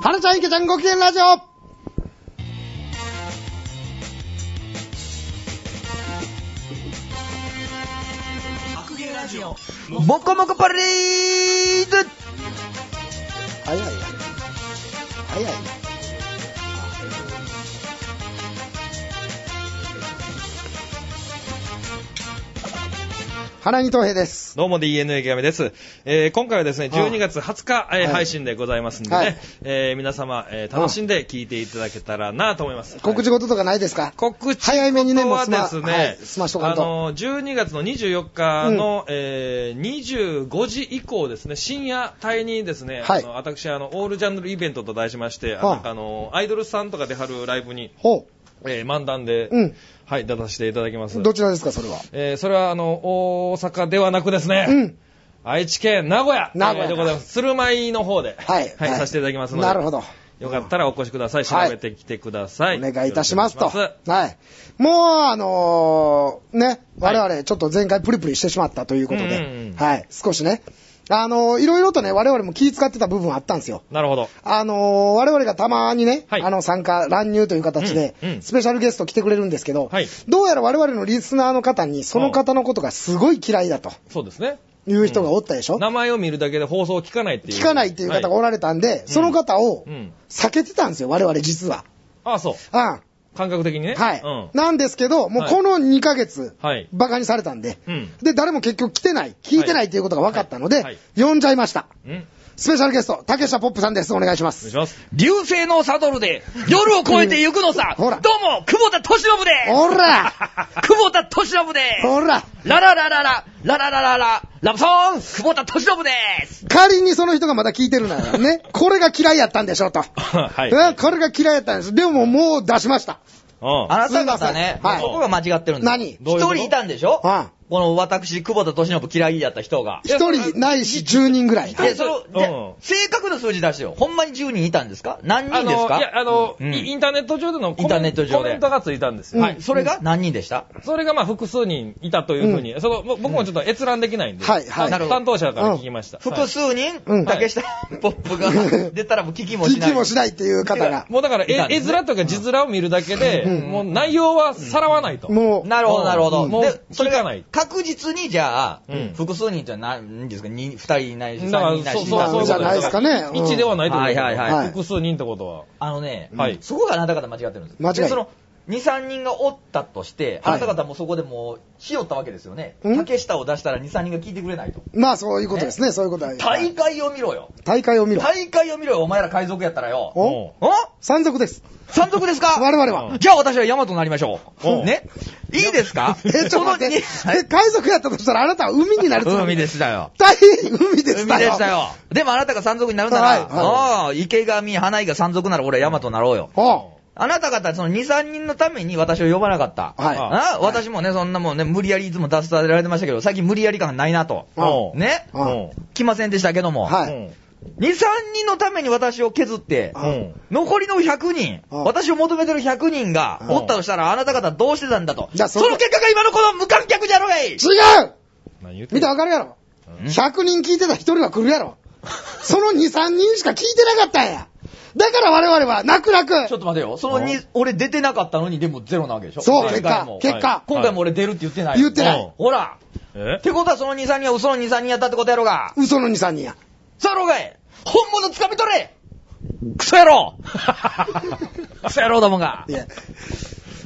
花ちゃん、池ちゃん、ご機嫌ラジオ白芸ラジオ。もこもこパレード早いや早いや花井東平です。どうも DNA 極めです。えー今回はですね、はい12月20日、えーはい配信でございますんでね、はいえー皆様、えー楽しんで聞いていただけたらなと思います。告知はい事とかないですか告知早めにね、もうは済まですはいね、済ましとかあんと。のー、12月の24日の、えー25時以降ですね、深夜帯にですね、はいあの私、あの、オールジャンルイベントと題しまして、あはあなんかあのー、アイドルさんとかで貼るライブに、ほえー漫談う。で、うん。はい、出させていただきます。どちらですか、それは。えーそれはあの、大阪ではなくですね、うん。愛知県名古屋名古屋えーでございます。鶴舞の方で、はい。させていただきますので、なるほど。よかったらお越しください。調はいべてきてください。お願いいたしますと。よろくお願いしはい。もう、あのーね、我々、ちょっと前回プリプリしてしまったということうんうんうでん、はい、少しね、あのーいろいろとね、我々も気使ってた部分あったんですよ。ますなるほど。あのー我々がたまにね、はいあの、参加、乱入という形でうんう、んスペシャルゲスト来てくれるんですけど、はいどうやら我々のリスナーの方に、その方のことがすごい嫌いだとそうですね。いう人がおったでしょ、名前を見るだけで放送を聞かないっていう。聞かないっていう方がおはられたんで、その方をうん避けてたんですよ、我々実は。ああ、そう。うん。感覚的にね。はい、うん。なんですけど、もうはいこの2ヶ月、はい。バカにされたんで、うんで、誰も結局来てない、聞いてなはいいということが分かったので、はい呼んじゃいました。うん。お願スペシャルゲスト、竹下ポップさんです。お願いしまいす。します。 流星のサドルで夜を越えて行くのさ、ほらどうも、久保田敏信でほらす久保田敏信でほらすラララララ、ラララララ、ラブソング久保田敏信です仮にその人がまだ聞いてるなら ね、これが嫌いやったんでしょうと。はい。うんこれが嫌いやったんです。でももう出しました。うん。あなた方ね、すいませんはい僕が間違ってるんです。何一人いたんでしょうんこの私、久保田敏信嫌いだった人が。一人ないし10人ぐらい。で、その、でうん正確な数字出してよ。ほんまに10人いたんですか何あ人ですの、かいや、あの、うんイインターネット上でのコメンインターネット上でコメントがついたんですよ。うんはい、それが何人でしたそれがまあ複数人いたというふうに、そのぼ僕もちょっと閲覧できないんで、はいはいなるほど担当者から聞きました。複数人、うん竹下 ポップが出たらもう聞きもし聞ない。きもしないっていう方が、もうだから、いたんえで絵すね面とか字面を見るだけで、うんもう内容はさらわないと。もう、なるほど、なるほど。うんもうでそれ聞かながい確実にじゃあ、うん複数人じゃ何ですか、に二人ないし、だか三ら、人ないそうし、そう、そううことじゃないですかねうん一ではないということですはいはいはい複数人ってことは。あのね、はいそこがあなた方間違ってるんです。間違いでその2、3人がおったとして、はいあなた方もそこでもう、ひよったわけですよね。うん竹下を出したら2、3人が聞いてくれないと。まあそういうことですね、そういうことは。大会を見ろよ。大会を見ろ。大会を見ろよ、お前ら海賊やったらよ。おもお山賊です。山賊ですか我々は。じゃあ私はヤマトになりましょおう。うね。いいですかえ、ちょっと待って。え、海賊やったとしたらあなたは海になるつもり海でしたよ。大変海で海でしたよ。したよ。でもあなたが山賊になるなはいら、はああ、池上、花井が山賊なら俺はヤマトになろうよ。おあなた方、その2、3人のために私を呼ばなかった。はいあ私もね、そんなもんね、無理やりいつも出させられてましたけど、最近無理やり感ないなと。おね。う。うん。来ませんでしたけども。はうい。ん。 2、3人のために私を削って、あうん残りの100人、うん私を求めてる100人がうんおったとしたら、あなた方どうしてたんだと。じゃあそそこの結果が今のこの無観客じゃろがい違う何言って見てわるかるやろうん ?100 人聞いてた1人は来るやろその2、3人しか聞いてなかったんやだから我々は、泣く泣ちょっくと待てよ。そのに、俺出てなかったのに、でもゼロなわけでしょそう、前結回果も、結果は。今回も俺出るって言ってない。言ってないうんほら。えってことはその2、3人は嘘の2、3人やったってことやろが。嘘の2、3人や。さろがい本物掴み取れクソ野 郎クソ野郎どもがい。や。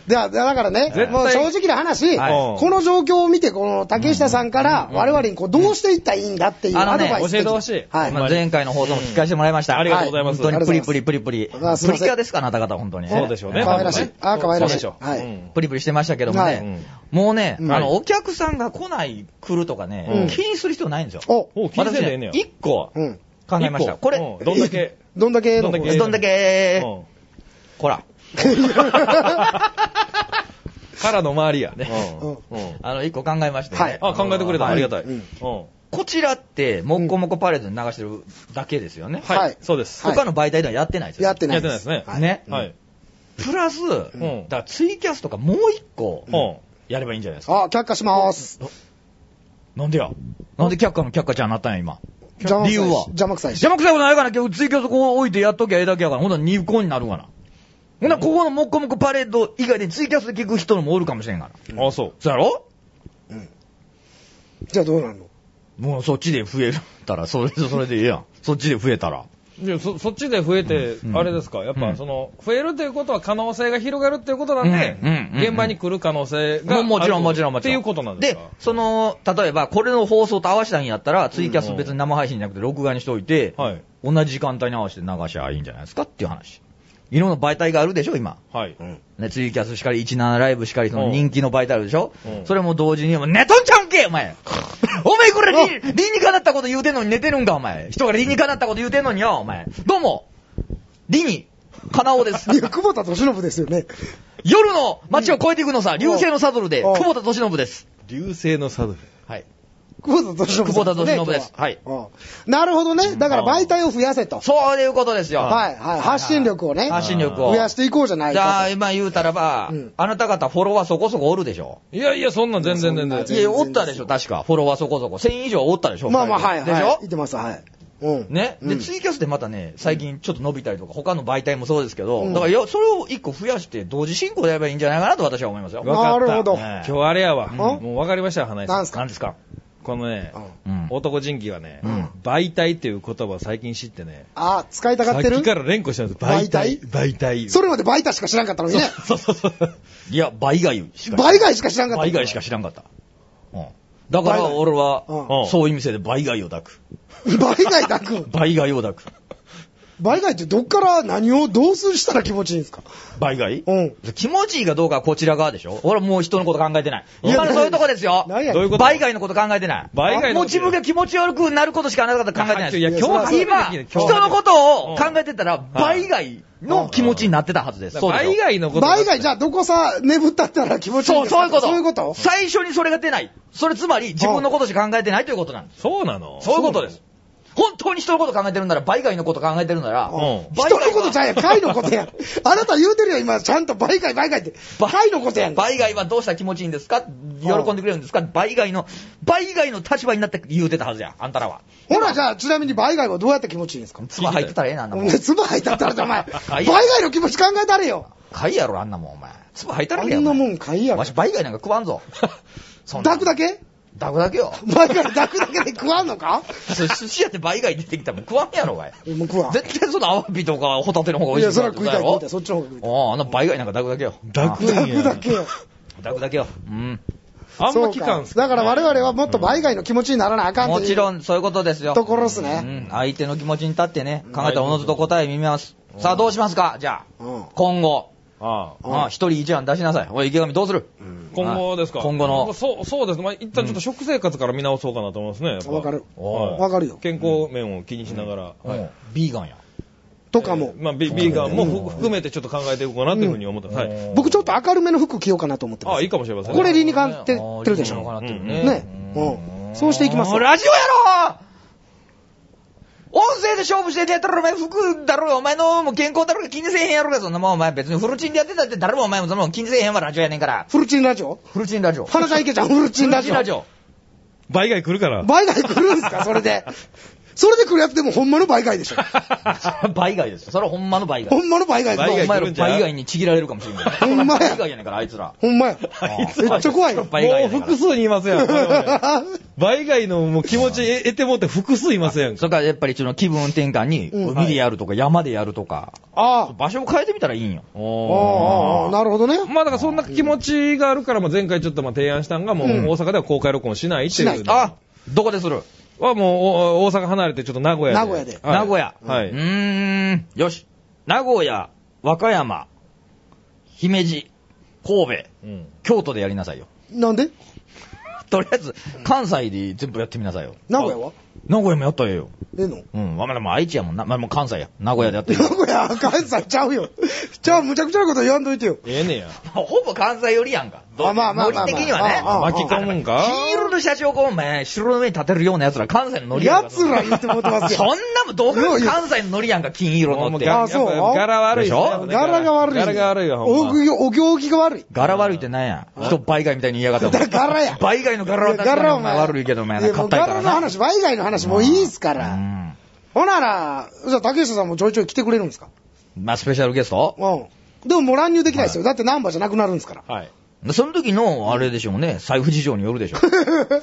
では、だからね、絶対もう正直な話、はいこの状況を見て、この竹下さんから、我々にこうどうしていったらいいんだっていうあアのドねバイス教えてほしいはほいん。ままあ前回の放送も聞かせてもらいました。ありがとうございます。本当にプリあプりリプリプリ。プうわすいませんリキュアですか、あなた方、本当に。 そうでしょうね。可愛らしい多分ねあ可愛らしいそうでしょう。はいうんプリプリしてましたけどもはいね。もうね、うんあの、お客さんが来ない、来るとかうねん、気にする必要ないんですよ。お、お、気にせんでええねや。私ね一個うん。考えまし一た。個これ、うんどんだけ。どんだけのどんだけどんだけ、うほら、 ん からの周りやね。うんうんあの、一個考えましてね。はいあ、考えてくれた。はいありがたい。うんうんこちらって、もっこもこパレードに流してるだけですよね。はい。そうです。はい他の媒体ではやってないですよ。やってないやってないですねはいねはい。プラス、んだからツイキャスとかもう一個、うん。やればいいんじゃないですか。あ、却下します。なんでやなんで却下の却下ちゃんなったんや、今。邪魔くさいし理由は邪魔くさいし。邪魔くさいことないから、今日追加そこ置いてやっときゃええだけやから、ほんなら2個になるがな。ほんならここのもっこもこパレード以外でツイキャスで聞く人もおるかもしれんから。あ、そう。そうやろじゃあどうなんのもうそっちで増えたら、それで、それでええやん。そっちで増えたら。いやそそっちで増えてう、んあれですか、やっうぱんその増えるということは可能性が広がるっていうことなんで、うんうんうんうん現場に来る可能性があもるもちろん、もちろん、もちろっていん。うことなんですか。その、例えば、これの放送と合わせたんやったら、ツイキャス別に生配信じゃなくて、録画にしておいて、はい同じ時間帯に合わせて流しゃいいんじゃないですかっていう話。いろんな媒体があるでしょ、今。はい。ん。ね、ツイキャスしかり、17ライブしかり、その人気の媒体あるでしょうんそれも同時に、もう寝とんちゃうんけ お前お前これ理、理にかなったこと言うてんのに寝てるんか、お前人が理にかなったこと言うてんのによ、お前どうも理に、かな おです。いや、久保田敏信ですよね。夜の街を越えていくのさ、流星のサドルで、うん久保田敏信です。流星のサドル。はい。久保田敏信さんね久保田敏信です今日はいうんなるほどね。だから媒体を増やせと。そういうことですよ。はい、はい。発信力をね。発信力を。増やしていこうじゃないじゃあ、か今言うたらば、うんあなた方フォロワーそこそこおるでしょ。いやいや、そんなん全然そ全んな然。全い然や、おったでしょ、確か。フォロワーそこそこ。1000以上おったでしょ。と。まあまあ、はい、ではしい。ょ言ってます、はい。うん。ね。うで、んツイキャスでまたね、最近ちょっと伸びたりとか、他の媒体もそうですけうど、んだからよ、それを一個増やして、同時進行でやればいいんじゃないかなと私は思いますよ。わかなったるほど。ね今日あれやわ。んもう分かりましたよ、花井さ。なんんすか何ですかこのね、うん。男人気がね、うん媒体っていう言葉を最近知ってね、あ、使いたさがっってるきから連呼してるんです。媒体媒体。それまでバイタしか知らんかったのにね。そうそうそう。 いや、倍外し か。倍外しか知らんかった。倍外しか知らんかった。うん。だから俺うんうはん、そういう店で倍外を抱く。 倍外だく。倍外を抱く。倍外ってどっから何をどうすしたら気持ちいいんですか倍外うん。気持ちいいかどうかはこちら側でしょ俺はもう人のこと考えてない。いや今のそういうとこですよ。何やどういうこと倍外のこと考えてない。倍外のこともう自分が気持ち悪くなることしかあなた方考えてないいや、です。今や日は今、人のことを考えてたら、倍外の気持ちになってたはずです。そうでしょ倍外のこと。倍外じゃあどこさ眠ったったら気持ちいいんそう、ですそうかいうこと。そういうこと最初にそれが出ない。それつまり自分のことしか考えてないということなんです。そうなのそういうことです。。本当に人のこと考えてるなら、倍外のこと考えてるなうら、ん倍人外のことちゃうやん、貝のことやん。あなた言うてるよ、今、ちゃんと倍貝倍貝って。貝のことやん。倍外はどうしたら気持ちいいんですか喜んでくれるんですか倍外の、倍外の立場になって言うてたはずや。あんたらは。ほら、じゃあ、ちなみに倍貝はどうやって気持ちいいんですか妻入ってたらええな、あんなもん。つば入ったったら、お前、は倍い貝の気持ち考えたれよ。貝やろ、あんなもん、お前。妻入ったらあええやんなもんお貝前やんわ。し倍外なんか食わん ぞ。そんな抱くだけ抱くだけよ。倍貝抱くだけで食わんのか寿司屋って倍外出てきたらもう食わんやろ、お前。もう食わん。絶対そのアワビとかホタテの方がい美や、味しいそかれらは食いたい、食いたい。そっちの方が食いたい。ああ、あんな倍外なんか抱くだけよ。抱くんや抱くだけよ。あ抱くだけよ。うん。あんそまう聞かかんすだから我々はもっと倍貝の気持ちにならなあかんもちろん。ん、そういうことですよ。ところっすねうん。相手の気持ちに立ってね、考えたらおのずと答え見ます。さあ、どうしますかじゃうあ、ん今後。ああうんああ、一人一案出しなさい。おい、池上どうする今後ですか今後のそう、そうですね。まあ、一旦ちょっと食生活から見直そうかなと思いますね。やっぱわかる。はいわかるよ健康面を気にしながら。うはいんビーガンや。とかもえー。まあ、ビビーガンもふ含めてちょっと考えていこうかなというふうに思ってます。はうい。ん僕ちょっと明るめの服着ようかなと思ってあまあ、いす。いかもしれませんね。これ理にかなってってるでしょああ理にかなってるね。うん。そうしていきますよ。ラジオやろ音声で勝負してんねやったらお前服だろうがお前のもう健康だろうが気にせえへんやろうがそんなもんお前別にフルチンでやってたって誰もお前もそんなもん気にせえへんわラジオやねんから。フルチンラジオフルチンラジオ。花ちゃんいけ ちゃん、フルチンラジオ。フルチンラジオ。倍外来るから。倍外来るんすかそれで。それで来るやつでもほんまの倍外でしょ。倍外ですよ。それはほんまの倍外。ほんまの倍外倍で外すお前来らるんちゃう倍外にちぎられるかもしれない。ほんまや倍外やねんからあいつら。ほんまや。ああめっちゃ怖いよ 倍外もやうねんか複ら数にいます やん。倍外のもう気持ち得てもって複数いますやんか。それからやっぱりその気分転換に、うん海でやるとか山でやるとか、ああ。場所を変えてみたらいいんよ。ああああ、なるほどね。まあだからそんな気持ちがあるから、まあ、前回ちょっとまあ提案したんが、もううん大阪では公開録音しないってしいないうのあ、どこでするはもうお大阪離れてちょっと名古屋で。名古屋ではい名古屋。はうい。ーん、よし。名古屋、和歌山、姫路、神戸、うん京都でやりなさいよ。 なんでとりあえず、関西で全部やってみなさいよ。名古屋は名古屋もやったらええよ。出んのうん。まあまあまあ愛知やもんな。まあもう関西や。名古屋でやってる。 名古屋、関西ちゃうよ。ちゃう、むちゃくちゃなこと言わんといてよ。ええねや。ほぼ関西寄りやんか。あまあまあまあまあノリ的にはね。ああ巻き込むんか金色の社長がお前、城の上に立てるような奴ら関西のノリやんか。奴ら言ってもうてます そんよ。なもん、どう考えても関西のノリやんか、金色のもうって。があそうやっぱ柄悪いっすねでしょやっぱね柄が悪い。柄が悪いわ、ほんおま。行お行儀が悪い。柄悪いってなんや。人倍外みたいに言いやがったもだん。柄や。倍外の柄は確かにお前悪いけど、お前いな、やもう硬いから柄のな。話、ワイガイの話もういいっすかうら。んほなら、じゃあ竹下さんもちょいちょい来てくれるんですかまあ、スペシャルゲストうん。でももう乱入できないですよ。だってナンバーじゃなくなるんですから。はい。その時の、あれでしょうね、財布事情によるでしょ。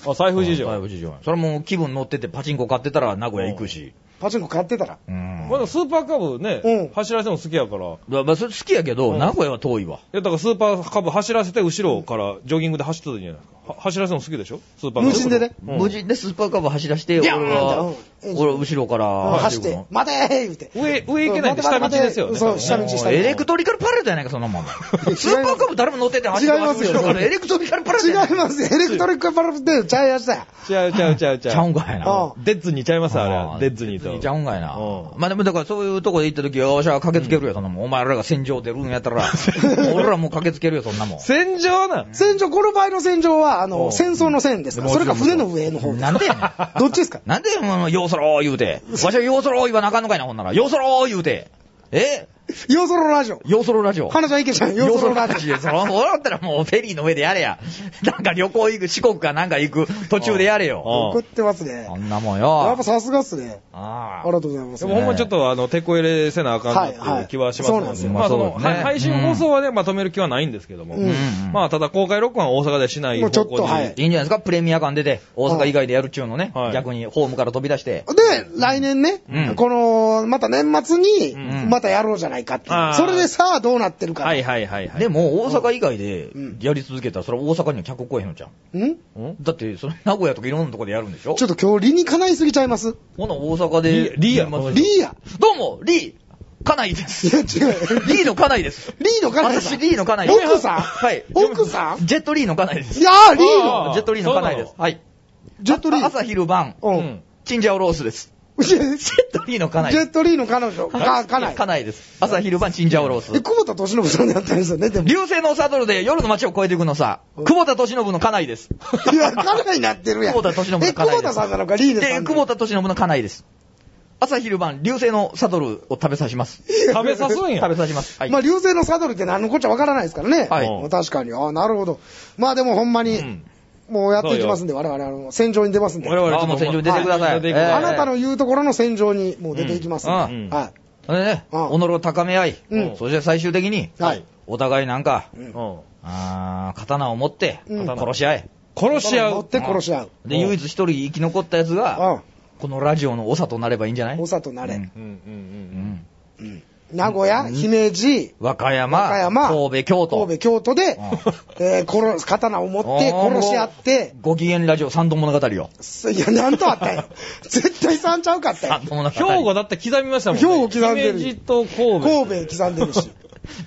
あ、財布事うん財情。布事情。それはもう気分乗ってて、パチンコ買ってたら名古屋行くし。パチンコ買ってたら。うん。まだスーパーカブね、うん走らせても好きやから。いまあ、それ好きやけど、うん名古屋は遠いわ。や、だからスーパーカブ走らせて後ろからジョギングで走ってたんじゃないですか。は走らせても好きでしょスーパーカブ。無人でね。うん無事でスーパーカブ走らしビて、俺ャーンは、うん俺は後ろから走って行、く待てー言うて。上、上行けないんで下道ですよね。そう多分ね下道の下道エレクトリカルパレードやないか、そんなも ん。スーパーカブ誰も乗ってて走って違いますよ後ろからエレクトリカルパレードやない違かいますよ。エレクトリックパラでちゃいやしたや。ちゃうちゃうちゃうちゃう。ちゃうんかいな。うデッツにちゃいます、あれは。デッツにデと。ちゃうんかいなう。んまあでもだからそういうとこで行った時は、わしは駆けつけるよ、そんなもん。お前らが戦場出るんやった ら、俺らもう駆けつけるよ、そんなもん。戦場なん戦場、この場合の戦場は、あうの、ん戦争の戦ですかそれか船の上の方ですなんでやねん。か どっちですかなんで、もう、ようそろー言うて。わしはようそろー言わなあかんのかいな、ほんなら。ようそろー言うて。えヨーソロラジオ。ようそろラジオ。花ちゃんいけちゃん、ヨーソロラジいやその俺だったらもうフェリーの上でやれや。なんか旅行行く、四国かなんか行く途中でやれよ。オ。う送っんてますねそ。んなもんやっよぱ。さすがっすね。あありがとうございま。ですもほんまちょっとあの、手こ入れせなあかんなっていう気はしますはいはいそうなんですよまあその、まあそうですはね配信放送はね、まあ止める気はないんですけども。うんうんまあただ公開録音は大阪でしないもう方ちょっ向とに。はいあ。いいんじゃないですかプレミア感出て、大阪以外でやるっちゅうのねは。い逆にホームから飛び出して。で、来年ね、うんこの、また年末に、うんまたやろうじゃないかっていうあーそれでさあどうなってるか。はいはいはいはい。でも、大阪以外でうんやり続けたら、それは大阪には客来えへんのじゃん。んん、だって、その名古屋とかいろんなとこでやるんでしょちょっと今日理にかないすぎちゃいますほな、大阪で。リリーや年末にリーや。どうも、リー、家内でいす。や、違う。リーの家内です。リーのかないさ私、ん。リーの家内です。奥さんはい。奥さんジェットリーの家内です。いやー、リーのあージェットリーの家内でそすう。なはい。ジェットリあー。朝昼晩、う。うんん。チンジャオロースです。ジジェェットリーの家内。ジェットリーの彼女が、家内家。内です。朝昼晩、チンジャオロースで、。久保田敏信さんでやってるんですよね、でも。流星のサドルで夜の街を越えていくのさ、うん久保田敏信の家内です。いや、家内になってるやん。久保田敏信の家え、内です久保田さんなのか、リーネさで、ん久保田敏信の家内です。朝昼晩、流星のサドルを食べさします。食べさすんや。食べさします。はい。まあ、流星のサドルって何のこっちゃわからないですからね。はいもう確かに。ああ、なるほど。まあでもほんまに、うんもうやっていきますんで、我々、あの、戦場に出ますんで。我々ちょっとあもう戦場に出てください出てくえーあなたの言うところの戦場にもう出ていきますんで。うんうんはい。それでね、己うんを高め合い、うんそして最終的に、はい。お互いなんか、うんうん。あー刀を持って、うん殺し合え。殺し合乗っう。て殺し合う。で、唯一一人生き残ったやつが、うこのラジオの長となればいいんじゃないん。おさとなれ。うんうんうんううん。ん名古屋、姫路、和歌山、和歌山神戸、京都。神戸、京都で、えー殺刀を持ってあー殺し合って、ご機嫌ラジオ三度物語よ。すいや、なんとあったんよ。絶対3ちゃうかったよ三。度物語。兵庫だだ。って刻みましたもん兵庫刻んでる姫路と神戸。神戸刻んでるし。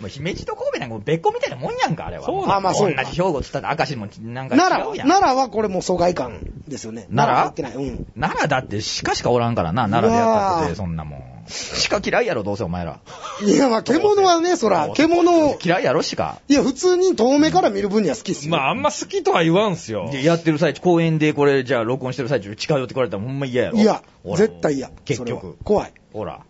姫路と神戸なんかもう別個みたいなもんやんか、あれは。そうなのあまあそう同じ兵庫っつったら明石もなんか違奈良、うやん。奈良はこれもう疎外感ですよね。奈良行ってない。うん。奈良だって鹿しかおらんからな、奈良でやったっうわて、ーそんなもん。鹿嫌いやろ、どうせお前ら。いや、まあ、獣はね、そら、獣を、嫌いやろ、鹿。いや、普通に遠目から見る分には好きっすよ。まああんま好きとは言わんすよ。で、やってる最中、公園でこれ、じゃあ録音してる最中、近寄ってこられたらほんま嫌やろ。いやほ、ら絶対嫌。結それは局。怖い。ほら。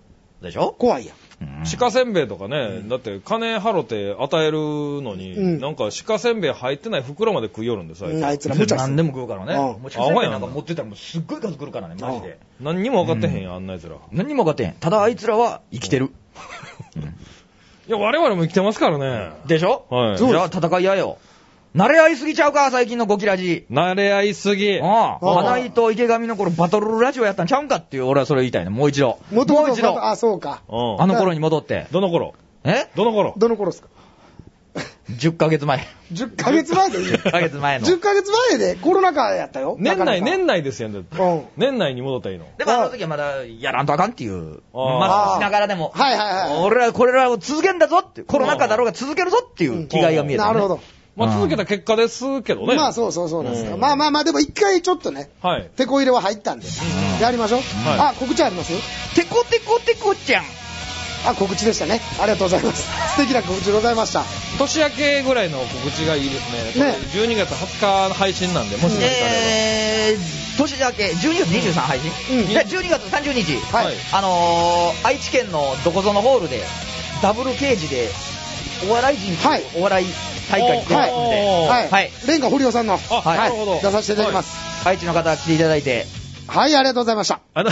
でしょ怖いや。うん鹿せんべいとかね、だって金払って与えるのに、うんなんか鹿せんべい入ってない袋まで食いよるんで最うん近あいつら無茶す何る。でも食うからね。うんもう鹿せんべいなんか持ってたらもうすっごい数来るからね、マジで。何にも分かってへんやん、あんな奴ら。い何にも分かってへん。ただあいつらは生きてる。や、我々も生きてますからね。でしょはい。じゃあ戦い合えよ。慣れ合いすぎちゃうか、最近のゴキラジ。慣れ合いすぎ。ああ、ああ花井と池上の頃バトルラジオやったんちゃうんかっていう、俺はそれ言いたいね。もう一度。も元々う一度。あ、そうか。うんあの頃に戻って。どの頃えどの頃どの頃ですか ?10 ヶ 月前。 ?10 ヶ月前でいいよ。 10ヶ月 前の。 10ヶ月前でコロナ禍やったよ。年内、なかなか年内ですやん、だってうん年内に戻ったらいいの。でもあの時はまだやらんとあかんっていう。ああまあしながらでも。はいはいはい俺らこれらを続けんだぞって。コロナ禍だろうが続けるぞっていう気概が見えた、なるほど。。まうあ、ん続けた結果ですけどね。まあそうそうそうなんですよ。うんまあまあまあ、でも一回ちょっとね、はい。テコ入れは入ったんで、やりましょう。あ、告知ありますよ。テコテコテコちゃん。あ、告知でしたね。ありがとうございます。素敵な告知でございました。年明けぐらいの告知がいいですね。ね12月20日配信なんで、もし何かあれえー、年明け、12月23配信うん。で12月30日、ば。はいあのー、愛知県のどこぞのホールで、ダブル刑事で、お笑い人とはいお笑い大会に出ますんおで、ーはい。はいレンガ堀尾さんの、あ、はいなるほど。出させていただきます。愛知の方来ていただいて、はい、ありがとうございました。はい。あな